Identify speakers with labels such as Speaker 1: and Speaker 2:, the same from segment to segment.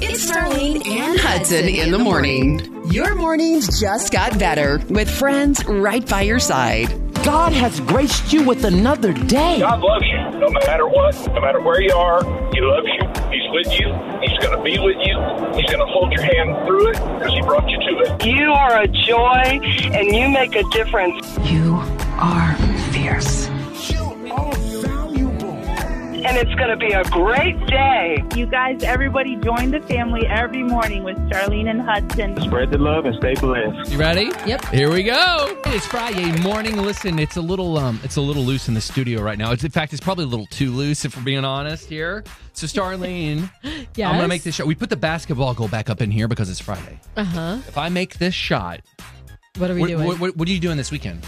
Speaker 1: It's Darlene and Hudson in the morning. Your mornings just got better with friends right by your side.
Speaker 2: God has graced you with another day.
Speaker 3: God loves you no matter what, no matter where you are. He loves you. He's with you. He's going to be with you. He's going to hold your hand through it because He brought you to it.
Speaker 4: You are a joy and you make a difference.
Speaker 5: You are fierce.
Speaker 4: And it's going to be a great day.
Speaker 6: You guys, everybody join the family every morning with Charlene and Hudson.
Speaker 3: Spread the love and stay blessed.
Speaker 7: You ready?
Speaker 8: Yep.
Speaker 7: Here we go. It's Friday morning. Listen, it's a little um, it's a little loose in the studio right now. It's, in fact, it's probably a little too loose if we're being honest here. So, Starlene, I'm gonna
Speaker 8: Yes?
Speaker 7: make this shot. We put the basketball goal back up in here because it's Friday.
Speaker 8: Uh huh.
Speaker 7: If I make this shot,
Speaker 8: What are we
Speaker 7: what,
Speaker 8: doing?
Speaker 7: what, what, what are you doing this weekend?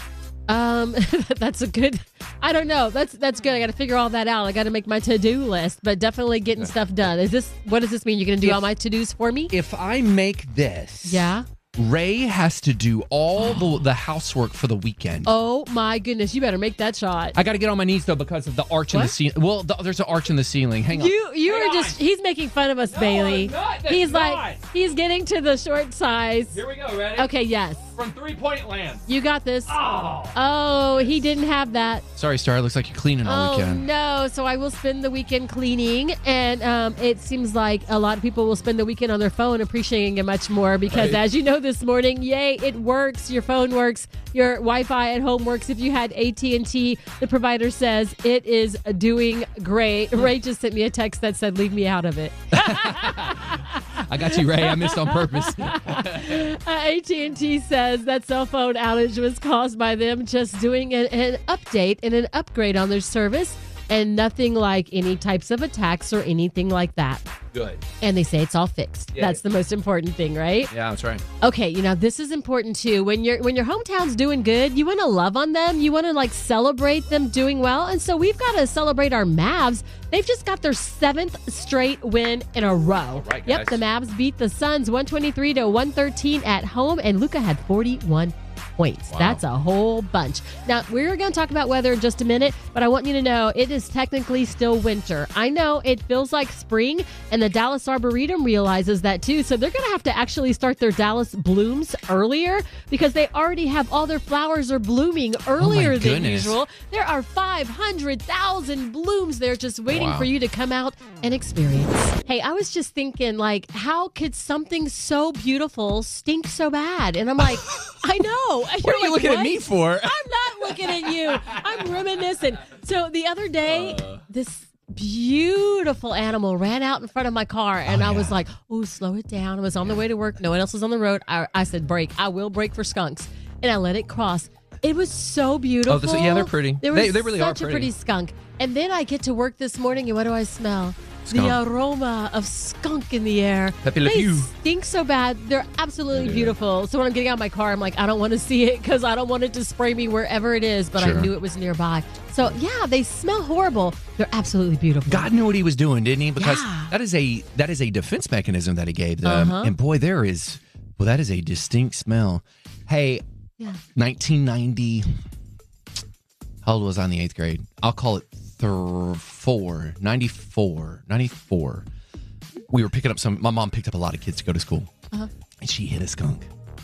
Speaker 8: Um, that's a good. I don't know. That's that's good. I got to figure all that out. I got to make my to do list, but definitely getting stuff done. Is this what does this mean? You're gonna do
Speaker 7: If-
Speaker 8: all my to dos for me?
Speaker 7: If I make this,
Speaker 8: Yeah.
Speaker 7: Ray has to do all the, the housework for the weekend.
Speaker 8: Oh my goodness! You better make that shot.
Speaker 7: I got to get on my knees though because of the arch in the
Speaker 8: What?
Speaker 7: ceiling. Well, the, there's an arch in the ceiling. Hang on.
Speaker 8: You you are just he's making fun of us, Bailey.
Speaker 7: I'm not. That's
Speaker 8: He's
Speaker 7: not.
Speaker 8: like he's getting to the short size.
Speaker 7: we go. Ready?
Speaker 8: Okay, yes,
Speaker 7: From three point land.
Speaker 8: you got this.
Speaker 7: Oh.
Speaker 8: Oh, he didn't have that.
Speaker 7: Sorry, Star. It looks like you're cleaning all
Speaker 8: Oh
Speaker 7: weekend.
Speaker 8: no! So I will spend the weekend cleaning, and um, it seems like a lot of people will spend the weekend on their phone, appreciating it much more because,
Speaker 7: Right.
Speaker 8: as you know, this morning, yay, it works. Your phone works. Your Wi-Fi at home works. If you had AT and T, the provider says it is doing great. Ray just sent me a text that said, "Leave me out of it."
Speaker 7: I got you, Ray. I missed on purpose.
Speaker 8: AT and Uh, T says that cell phone outage was caused by them just doing an, an update and an upgrade on their service, and nothing like any types of attacks or anything like that.
Speaker 7: Good.
Speaker 8: And they say it's all fixed.
Speaker 7: Yeah.
Speaker 8: That's the most important thing, right?
Speaker 7: Yeah, that's right.
Speaker 8: Okay, you know this is important too. When your when your hometown's doing good, you want to love on them. You want to like celebrate them doing well. And so we've got to celebrate our Mavs. They've just got their seventh straight win in a row.
Speaker 7: right,
Speaker 8: Yep, the
Speaker 7: guys.
Speaker 8: Mavs beat the Suns 123 to 113 at home, and Luca had 41 points. That's a whole bunch. Now, we're going to talk about weather in just a minute, but I want you to know it is technically still winter. I know it feels like spring, and the Dallas Arboretum realizes that too. So they're going to have to actually start their Dallas blooms earlier because they already have all their flowers are blooming earlier than
Speaker 7: goodness.
Speaker 8: usual. There are 500,000 blooms there just waiting
Speaker 7: Wow.
Speaker 8: for you to come out and experience. Hey, I was just thinking, like, how could something so beautiful stink so bad? And I'm like, I know.
Speaker 7: What are you
Speaker 8: You're like,
Speaker 7: looking at
Speaker 8: "What?"
Speaker 7: me for?
Speaker 8: I'm not looking at you. I'm reminiscing. So the other day,
Speaker 7: Uh.
Speaker 8: this beautiful animal ran out in front of my car, and I was like, "Oh, slow it down." I was on the way to work. No one else was on the road. I, I said, "Break." I will break for skunks, and I let it cross. It was so beautiful.
Speaker 7: Oh, yeah, they're pretty.
Speaker 8: Oh, There
Speaker 7: They-
Speaker 8: was
Speaker 7: they really are
Speaker 8: such a
Speaker 7: pretty.
Speaker 8: pretty skunk. And then I get to work this morning, and what do I smell?
Speaker 7: Skunk.
Speaker 8: The aroma of skunk in the air.
Speaker 7: Pepe Le
Speaker 8: They
Speaker 7: Pew.
Speaker 8: stink so bad. They're absolutely beautiful. So when I'm getting out of my car, I'm like, I don't want to see it because I don't want it to spray me wherever it is, but
Speaker 7: Sure.
Speaker 8: I knew it was nearby. So yeah, they smell horrible. They're absolutely beautiful.
Speaker 7: God knew what he was doing, didn't he? Because
Speaker 8: Yeah.
Speaker 7: that is a that is a defense mechanism that he gave them.
Speaker 8: Uh-huh.
Speaker 7: And boy, there is well, that is a distinct smell. Hey,
Speaker 8: Yeah.
Speaker 7: 1990. How old was I in the eighth grade? I'll call it thir- four, 94, 94. We were picking up some. My mom picked up a lot of kids to go to school, and she hit a skunk.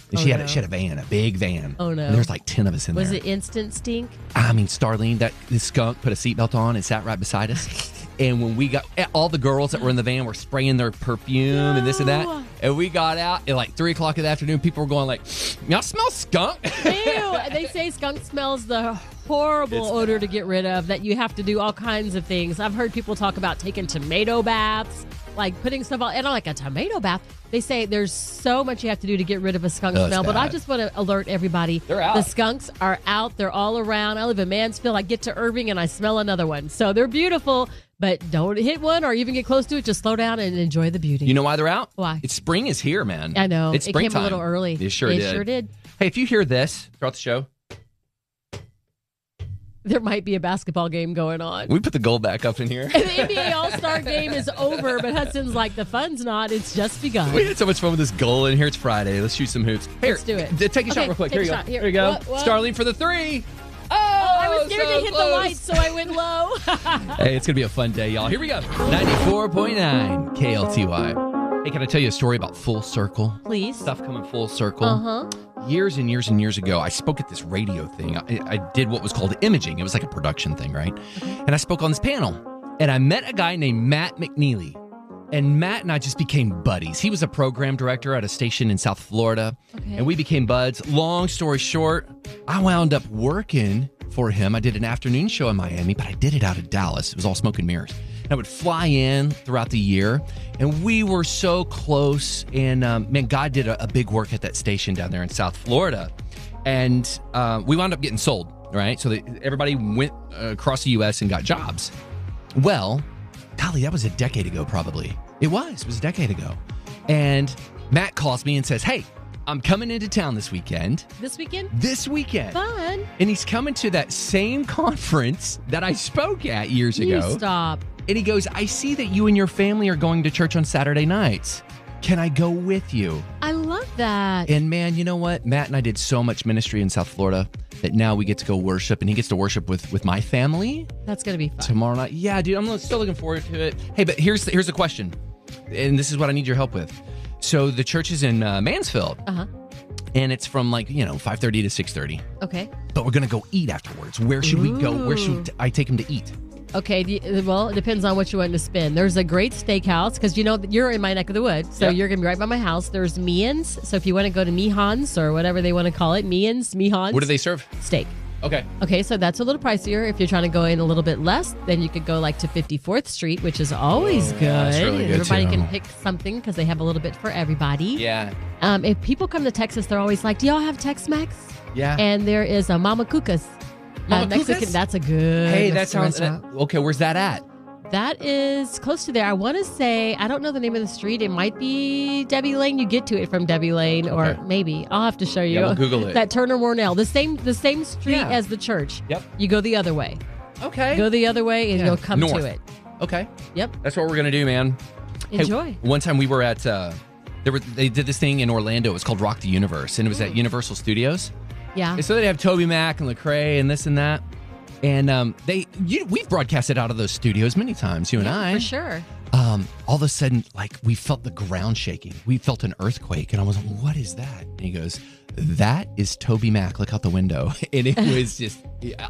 Speaker 7: And
Speaker 8: Uh-huh. Oh,
Speaker 7: she had
Speaker 8: no.
Speaker 7: a, she had a van, a big van.
Speaker 8: Oh, no.
Speaker 7: And there's like ten of us in
Speaker 8: Was
Speaker 7: there.
Speaker 8: it instant stink?
Speaker 7: I mean, Starlene, that this skunk put a seatbelt on and sat right beside us. and when we got eh, all the girls that were in the van were spraying their perfume and this and that.
Speaker 8: No.
Speaker 7: And we got out at like three o'clock in the afternoon. People were going like, "Y'all smell skunk."
Speaker 8: Ew. they say skunk smells the horrible odor to get rid of that you have to do all kinds of things. I've heard people talk about taking tomato baths, like putting stuff on and I'm like a tomato bath. They say there's so much you have to do to get rid of a skunk
Speaker 7: Oh, it's
Speaker 8: smell, but I
Speaker 7: bad.
Speaker 8: just want to alert everybody.
Speaker 7: They're out.
Speaker 8: The skunks are out. They're all around. I live in Mansfield. I get to Irving and I smell another one. So they're beautiful, but don't hit one or even get close to it. Just slow down and enjoy the beauty.
Speaker 7: you know why they're out?
Speaker 8: Why?
Speaker 7: It's spring is here, man.
Speaker 8: I know.
Speaker 7: It's
Speaker 8: it came
Speaker 7: springtime.
Speaker 8: a little early.
Speaker 7: It sure
Speaker 8: it
Speaker 7: did.
Speaker 8: sure did.
Speaker 7: Hey, if you hear this throughout the show,
Speaker 8: There might be a basketball game going on.
Speaker 7: we put the gold back up in here.
Speaker 8: the NBA All Star game is over, but Hudson's like, the fun's not. It's just
Speaker 7: we
Speaker 8: begun.
Speaker 7: had so much fun with this goal in here. It's Friday. Let's shoot some hoops. Here,
Speaker 8: Let's do it.
Speaker 7: th- Take a shot
Speaker 8: Okay,
Speaker 7: real quick. here
Speaker 8: take a
Speaker 7: you
Speaker 8: shot.
Speaker 7: go.
Speaker 8: Here.
Speaker 7: Here you go.
Speaker 8: What- what?
Speaker 7: Starling for the three. Oh,
Speaker 8: I was scared
Speaker 7: so
Speaker 8: to hit the
Speaker 7: close.
Speaker 8: lights, so I went low.
Speaker 7: Hey, it's gonna be a fun day, y'all. Here we go. 94.9 KLTY. Hey, can I tell you a story about full circle?
Speaker 8: Please.
Speaker 7: Stuff coming full circle.
Speaker 8: Uh huh.
Speaker 7: Years and years and years ago, I spoke at this radio thing. I, I did what was called imaging. It was like a production thing, right? And I spoke on this panel, and I met a guy named Matt McNeely. And Matt and I just became buddies. He was a program director at a station in South Florida,
Speaker 8: Okay.
Speaker 7: and we became buds. Long story short, I wound up working for him. I did an afternoon show in Miami, but I did it out of Dallas. It was all smoke and mirrors. And I would fly in throughout the year, and we were so close. And um, man, God did a, a big work at that station down there in South Florida, and uh, we wound up getting sold. Right, so they, everybody went uh, across the U.S. and got jobs. Well, golly, that was a decade ago, probably. It was. It was a decade ago. And Matt calls me and says, Hey, I'm coming into town this weekend.
Speaker 8: This weekend?
Speaker 7: This weekend.
Speaker 8: Fun.
Speaker 7: And he's coming to that same conference that I spoke at years
Speaker 8: You
Speaker 7: ago.
Speaker 8: stop.
Speaker 7: And he goes, I see that you and your family are going to church on Saturday nights. Can I go with you?
Speaker 8: I love that.
Speaker 7: And man, you know what? Matt and I did so much ministry in South Florida that now we get to go worship and he gets to worship with with my family
Speaker 8: That's gonna be fun.
Speaker 7: tomorrow night. Yeah, dude, I'm still looking forward to it. Hey, but here's the, here's the question, and this is what I need your help with. So the church is in uh, Mansfield,
Speaker 8: Uh huh.
Speaker 7: and it's from like you know 5:30 to 6:30.
Speaker 8: Okay.
Speaker 7: But we're gonna go eat afterwards. Where should we go? Where should I take him to eat?
Speaker 8: Okay, the, well, it depends on what you want to spend. There's a great steakhouse because you know that you're in my neck of the woods, so
Speaker 7: Yeah.
Speaker 8: you're gonna be right by my house. There's Meehan's, so if you want to go to Meehan's or whatever they want to call it, Meehan's, Meehan's,
Speaker 7: What do they serve?
Speaker 8: steak?
Speaker 7: Okay.
Speaker 8: Okay, so that's a little pricier. If you're trying to go in a little bit less, then you could go like to 54th Street, which is always good.
Speaker 7: Oh, that's really good,
Speaker 8: everybody
Speaker 7: too.
Speaker 8: can pick something because they have a little bit for everybody.
Speaker 7: Yeah.
Speaker 8: Um, if people come to Texas, they're always like, "Do y'all have Tex-Mex?"
Speaker 7: Yeah.
Speaker 8: And there is a Mama Cuca's. Uh,
Speaker 7: Mama
Speaker 8: Mexican.
Speaker 7: Cuca's?
Speaker 8: That's a good.
Speaker 7: hey, that
Speaker 8: Mexican
Speaker 7: sounds uh,
Speaker 8: restaurant.
Speaker 7: okay. Where's that at?
Speaker 8: That is close to there. I want to say I don't know the name of the street. It might be Debbie Lane. You get to it from Debbie Lane,
Speaker 7: Okay.
Speaker 8: or maybe I'll have to show you.
Speaker 7: Yeah, we'll Google it.
Speaker 8: That Turner Warnell, the same the same street
Speaker 7: Yeah.
Speaker 8: as the church.
Speaker 7: Yep.
Speaker 8: You go the other way.
Speaker 7: Okay.
Speaker 8: Go the other way, and
Speaker 7: Yeah.
Speaker 8: you'll come
Speaker 7: North.
Speaker 8: to it.
Speaker 7: Okay.
Speaker 8: Yep.
Speaker 7: That's what we're gonna do, man. Hey,
Speaker 8: Enjoy.
Speaker 7: one time we were at uh, there were they did this thing in Orlando. It was called Rock the Universe, and it was at Universal Studios.
Speaker 8: yeah.
Speaker 7: And so they'd have Toby Mac and Lecrae and this and that. And um, they, you, we've broadcasted out of those studios many times, you and I.
Speaker 8: For sure.
Speaker 7: Um, all of a sudden, like we felt the ground shaking. We felt an earthquake, and I was like, "What is that?" And he goes, "That is Toby Mac. Look out the window." And it was just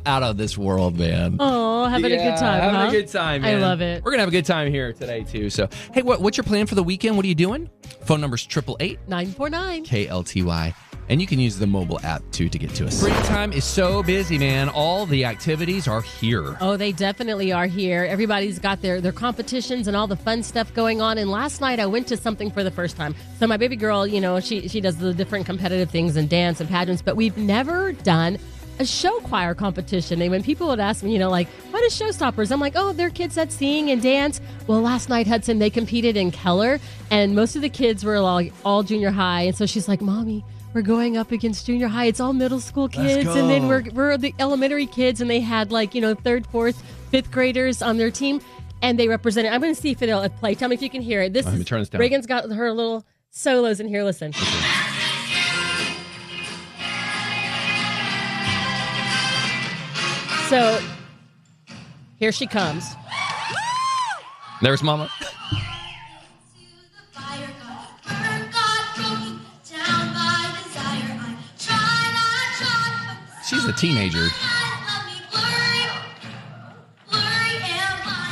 Speaker 7: out of this world, man.
Speaker 8: Oh, having a
Speaker 7: Yeah,
Speaker 8: good time.
Speaker 7: Having
Speaker 8: huh?
Speaker 7: a good time.
Speaker 8: I
Speaker 7: man.
Speaker 8: love it.
Speaker 7: We're gonna have a good time here today too. So, hey, what, what's your plan for the weekend? What are you doing? Phone number's triple eight
Speaker 8: 949.
Speaker 7: KLTY. And you can use the mobile app too to get to us. Springtime is so busy, man. All the activities are here.
Speaker 8: Oh, they definitely are here. Everybody's got their, their competitions and all the fun stuff going on. And last night I went to something for the first time. So my baby girl, you know, she she does the different competitive things and dance and pageants, but we've never done a show choir competition. And when people would ask me, you know, like, what is Showstoppers? I'm like, oh, they're kids that sing and dance. Well, last night, Hudson, they competed in Keller, and most of the kids were all, all junior high. And so she's like, Mommy, we're going up against junior high. It's all middle school kids, and then
Speaker 7: go.
Speaker 8: we're we're the elementary kids, and they had like you know third, fourth, fifth graders on their team, and they represented. I'm going to see if it'll play. Tell me if you can hear it. This
Speaker 7: Let me
Speaker 8: is-
Speaker 7: turn this down.
Speaker 8: Reagan's got her little solos in here. Listen. So here she comes.
Speaker 7: There's Mama. She's a teenager.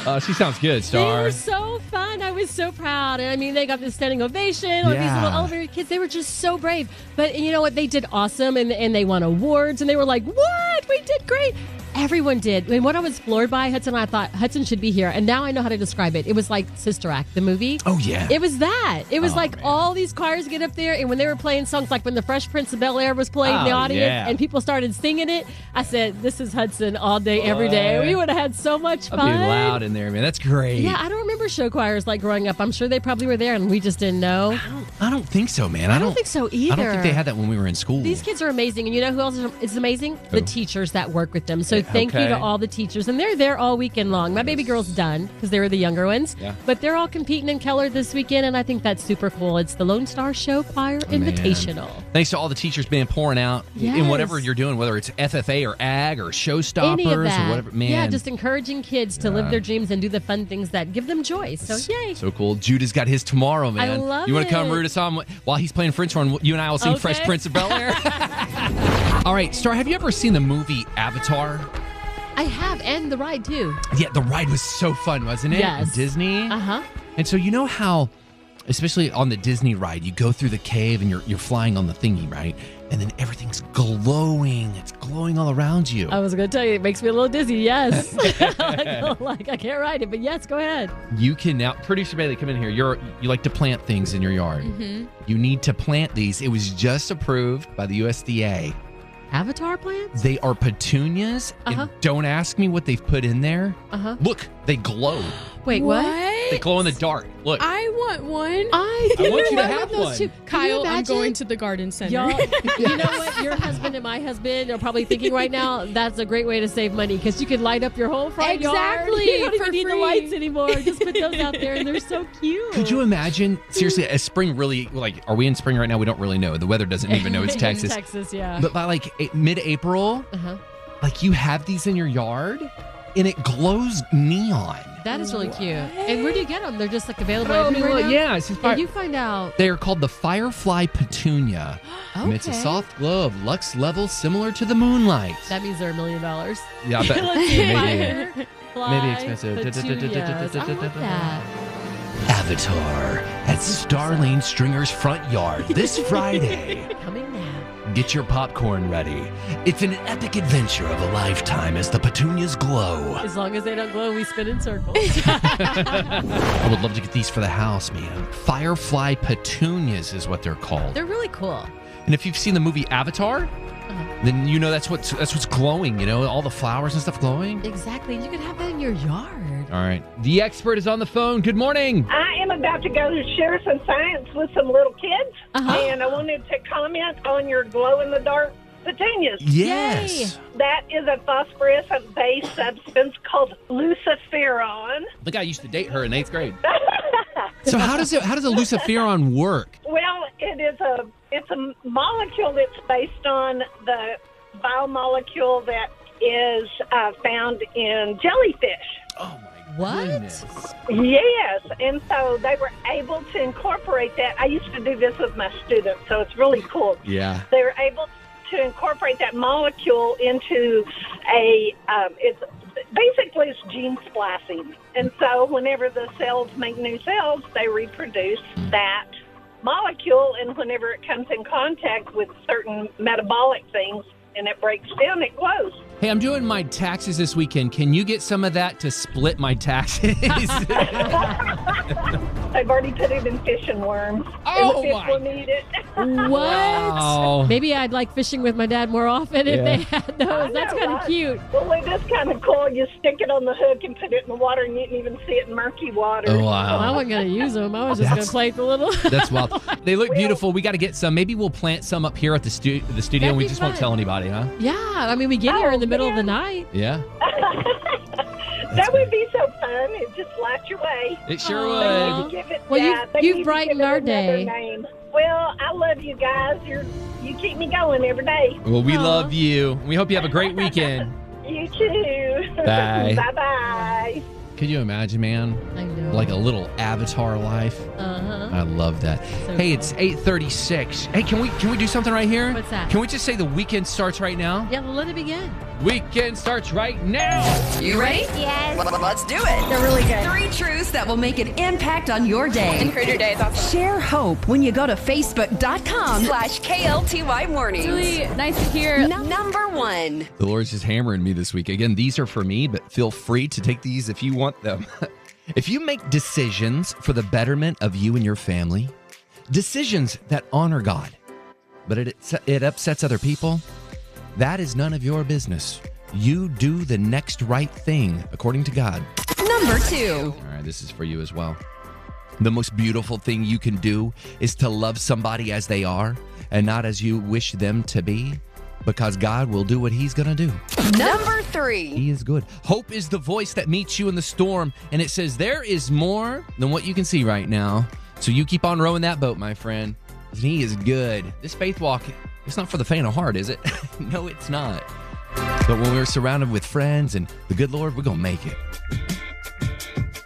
Speaker 7: Uh, she sounds good,
Speaker 8: They
Speaker 7: Star.
Speaker 8: were so fun. I was so proud. And I mean, they got this standing ovation. All these
Speaker 7: Yeah.
Speaker 8: little elevator kids, they were just so brave. But you know what? They did awesome and, and they won awards and they were like, what? We did great. Everyone did. And what I was floored by, Hudson, I thought Hudson should be here. And now I know how to describe it. It was like Sister Act, the movie.
Speaker 7: Oh, yeah.
Speaker 8: It was that. It was
Speaker 7: Oh,
Speaker 8: like
Speaker 7: man.
Speaker 8: all these choirs get up there and when they were playing songs, like when the Fresh Prince of Bel Air was playing in the
Speaker 7: Oh,
Speaker 8: audience
Speaker 7: yeah.
Speaker 8: and people started singing it, I said, this is Hudson all day, every day.
Speaker 7: What?
Speaker 8: We would have had so much
Speaker 7: That'd
Speaker 8: fun.
Speaker 7: be loud in there, man. That's great.
Speaker 8: Yeah, I don't remember show choirs like growing up. I'm sure they probably were there and we just didn't know.
Speaker 7: I don't, I don't think so, man. I,
Speaker 8: don't think so
Speaker 7: I don't
Speaker 8: either.
Speaker 7: think they had that when we were in school.
Speaker 8: These kids are amazing. And you know who else is amazing? The
Speaker 7: Who?
Speaker 8: teachers that work with them. So But thank you to
Speaker 7: Okay.
Speaker 8: all the teachers, and they're there all weekend long. My baby girl's done because they were the younger ones.
Speaker 7: Yeah.
Speaker 8: But they're all competing in Keller this weekend, and I think that's super cool. It's the Lone Star Show Choir
Speaker 7: Man.
Speaker 8: Invitational.
Speaker 7: Thanks to all the teachers being pouring out in whatever
Speaker 8: Yes.
Speaker 7: you're doing, whether it's FFA or ag or showstoppers
Speaker 8: Any of that.
Speaker 7: or whatever. Man,
Speaker 8: Yeah, just encouraging kids to live their dreams and do the fun things that give them joy. So, Oh, yay.
Speaker 7: So cool. Judah's got his tomorrow, man.
Speaker 8: love
Speaker 7: you want to come
Speaker 8: it.
Speaker 7: root us on while he's playing French horn? You and I will sing
Speaker 8: Okay.
Speaker 7: Fresh Prince of Bel Air. All right, Star, have you ever seen the movie Avatar?
Speaker 8: I have, and the ride too.
Speaker 7: Yeah, the ride was so fun, wasn't it?
Speaker 8: Yes.
Speaker 7: Disney.
Speaker 8: Uh huh.
Speaker 7: And so you know how, especially on the Disney ride, you go through the cave and you're you're flying on the thingy, right? And then everything's glowing. It's glowing all around you.
Speaker 8: I was going to tell you, it makes me a little dizzy. Yes. like, I can't ride it, but yes, go ahead.
Speaker 7: You can now, producer Bailey, come in here. You're you like to plant things in your yard. You need to plant these. It was just approved by the USDA.
Speaker 8: Avatar plants?
Speaker 7: They are petunias.
Speaker 8: Uh-huh.
Speaker 7: And don't ask me what they've put in there.
Speaker 8: Uh huh.
Speaker 7: Look, they glow.
Speaker 8: Wait, what?
Speaker 7: They glow in the dark. Look.
Speaker 9: I want one.
Speaker 8: I,
Speaker 7: I want you to
Speaker 8: I
Speaker 7: have
Speaker 8: those
Speaker 7: one.
Speaker 8: two. Can you
Speaker 9: Kyle, I'm
Speaker 8: imagine?
Speaker 9: going to the garden center.
Speaker 8: Y'all, you know what? Your husband and my husband are probably thinking right now that's a great way to save money because you could light up your whole front
Speaker 9: Exactly,
Speaker 8: yard. You don't even
Speaker 9: for
Speaker 8: need the
Speaker 9: free.
Speaker 8: lights anymore. Just put those out there, and they're so cute.
Speaker 7: Could you imagine? Seriously, as spring really like are we in spring right now? We don't really know. The weather doesn't even know it's
Speaker 8: In
Speaker 7: Texas.
Speaker 8: Texas, yeah.
Speaker 7: But by like a- mid-April,
Speaker 8: Uh-huh.
Speaker 7: like you have these in your yard and it glows neon.
Speaker 8: That is really cute. And where do you get them? They're just like available everywhere
Speaker 7: well,
Speaker 8: now?
Speaker 7: yeah, it's just fire-
Speaker 8: Did you find out?
Speaker 7: They are called the firefly petunia. And it's a
Speaker 8: Okay.
Speaker 7: soft glow of lux level similar to the moonlight.
Speaker 8: That means they're a million dollars.
Speaker 7: yeah, I bet- maybe.
Speaker 8: Fly,
Speaker 7: expensive.
Speaker 8: petunias. I want that.
Speaker 7: Avatar at Starlane Stringer's front yard this Friday.
Speaker 8: Coming now.
Speaker 7: Get your popcorn ready. It's an epic adventure of a lifetime as the petunias glow.
Speaker 8: As long as they don't glow, we spin in circles.
Speaker 7: I would love to get these for the house, man. Firefly petunias is what they're called.
Speaker 8: they're Uh-huh. really cool.
Speaker 7: and if you've seen the movie Avatar, then you know that's what's that's what's glowing. You know all the flowers and stuff glowing.
Speaker 8: Exactly. You could have that in your yard.
Speaker 7: All right, the expert is on the phone. Good morning.
Speaker 10: I am about to go share some science with some little kids, and I wanted to comment on your glow in the dark petunias.
Speaker 7: Yes.
Speaker 10: That is a phosphorescent based substance called luciferon.
Speaker 7: The guy used to date her in eighth grade. so how does it how does a luciferon work?
Speaker 10: Well, it is a it's a molecule that's based on the biomolecule that is uh, found in jellyfish.
Speaker 7: Oh my
Speaker 8: What?
Speaker 7: goodness.
Speaker 10: Yes, and so they were able to incorporate that. I used to do this with my students, so it's really cool.
Speaker 7: Yeah.
Speaker 10: They were able to incorporate that molecule into a. Um, it's basically it's gene splicing, and so whenever the cells make new cells, they reproduce that molecule, and whenever it comes in contact with certain metabolic things and it breaks down, it glows.
Speaker 7: Hey, I'm doing my taxes this weekend. Can you get some of that to split my taxes?
Speaker 10: They've already put it in fish and worms,
Speaker 7: Oh,
Speaker 10: and the fish
Speaker 7: my-
Speaker 10: will need it.
Speaker 8: What?
Speaker 7: Wow.
Speaker 8: Maybe I'd like fishing with my dad more often if
Speaker 7: Yeah.
Speaker 8: they had those. That's
Speaker 10: know,
Speaker 8: kind of
Speaker 10: right?
Speaker 8: cute.
Speaker 10: Well, it is kind of cool. You stick it on the hook and put it in the water, and you can even see it in murky water.
Speaker 7: Oh, wow.
Speaker 8: I wasn't going to use them. I was just going
Speaker 7: That's-
Speaker 8: to play with the little.
Speaker 7: That's wild. They look beautiful. We got to get some. Maybe we'll plant some up here at the, stu- the studio and we
Speaker 8: That'd be
Speaker 7: just won't
Speaker 8: fun.
Speaker 7: tell anybody, huh?
Speaker 8: yeah. I mean, we get here in the middle of the night.
Speaker 7: Yeah.
Speaker 10: that would be so fun. It just lights your way.
Speaker 7: It sure
Speaker 8: Aw.
Speaker 7: would.
Speaker 10: Give it,
Speaker 8: Well,
Speaker 10: yeah,
Speaker 8: you've-
Speaker 10: they
Speaker 8: you've
Speaker 10: need to
Speaker 8: brightened
Speaker 10: give it
Speaker 8: our
Speaker 10: another
Speaker 8: day.
Speaker 10: Name. Well, I love you guys. You're, you keep me going every day.
Speaker 7: Well, we
Speaker 8: Aw.
Speaker 7: love you. We hope you have a great weekend.
Speaker 10: You too.
Speaker 7: Bye.
Speaker 10: bye bye.
Speaker 7: Could you imagine, man?
Speaker 8: I know.
Speaker 7: Like a little avatar life.
Speaker 8: Uh-huh.
Speaker 7: I love that.
Speaker 8: So
Speaker 7: hey,
Speaker 8: cool.
Speaker 7: it's 8:36. Hey, can we can we do something right here?
Speaker 8: What's that?
Speaker 7: Can we just say the weekend starts right now?
Speaker 8: Yeah, well, let it begin.
Speaker 7: Weekend starts right now.
Speaker 1: You ready? Yes. let's do it. They're really good. Three truths that will make an impact on your day. And create your day. Share hope when you go to facebook.com slash KLTY mornings.
Speaker 9: nice to hear.
Speaker 1: Num- Number one.
Speaker 7: The Lord's just hammering me this week. Again, these are for me, but feel free to take these if you want them. if you make decisions for the betterment of you and your family, decisions that honor God, but it, it upsets other people, that is none of your business. You do the next right thing according to God.
Speaker 1: Number two.
Speaker 7: All right, this is for you as well. The most beautiful thing you can do is to love somebody as they are and not as you wish them to be. because God will do what he's going to do.
Speaker 1: Number three.
Speaker 7: He is good. Hope is the voice that meets you in the storm, and it says, There is more than what you can see right now. So you keep on rowing that boat, my friend. 'cause He is good. This faith walk, it's not for the faint of heart, is it? no, it's not. But when we're surrounded with friends and the good Lord, we're going to make it.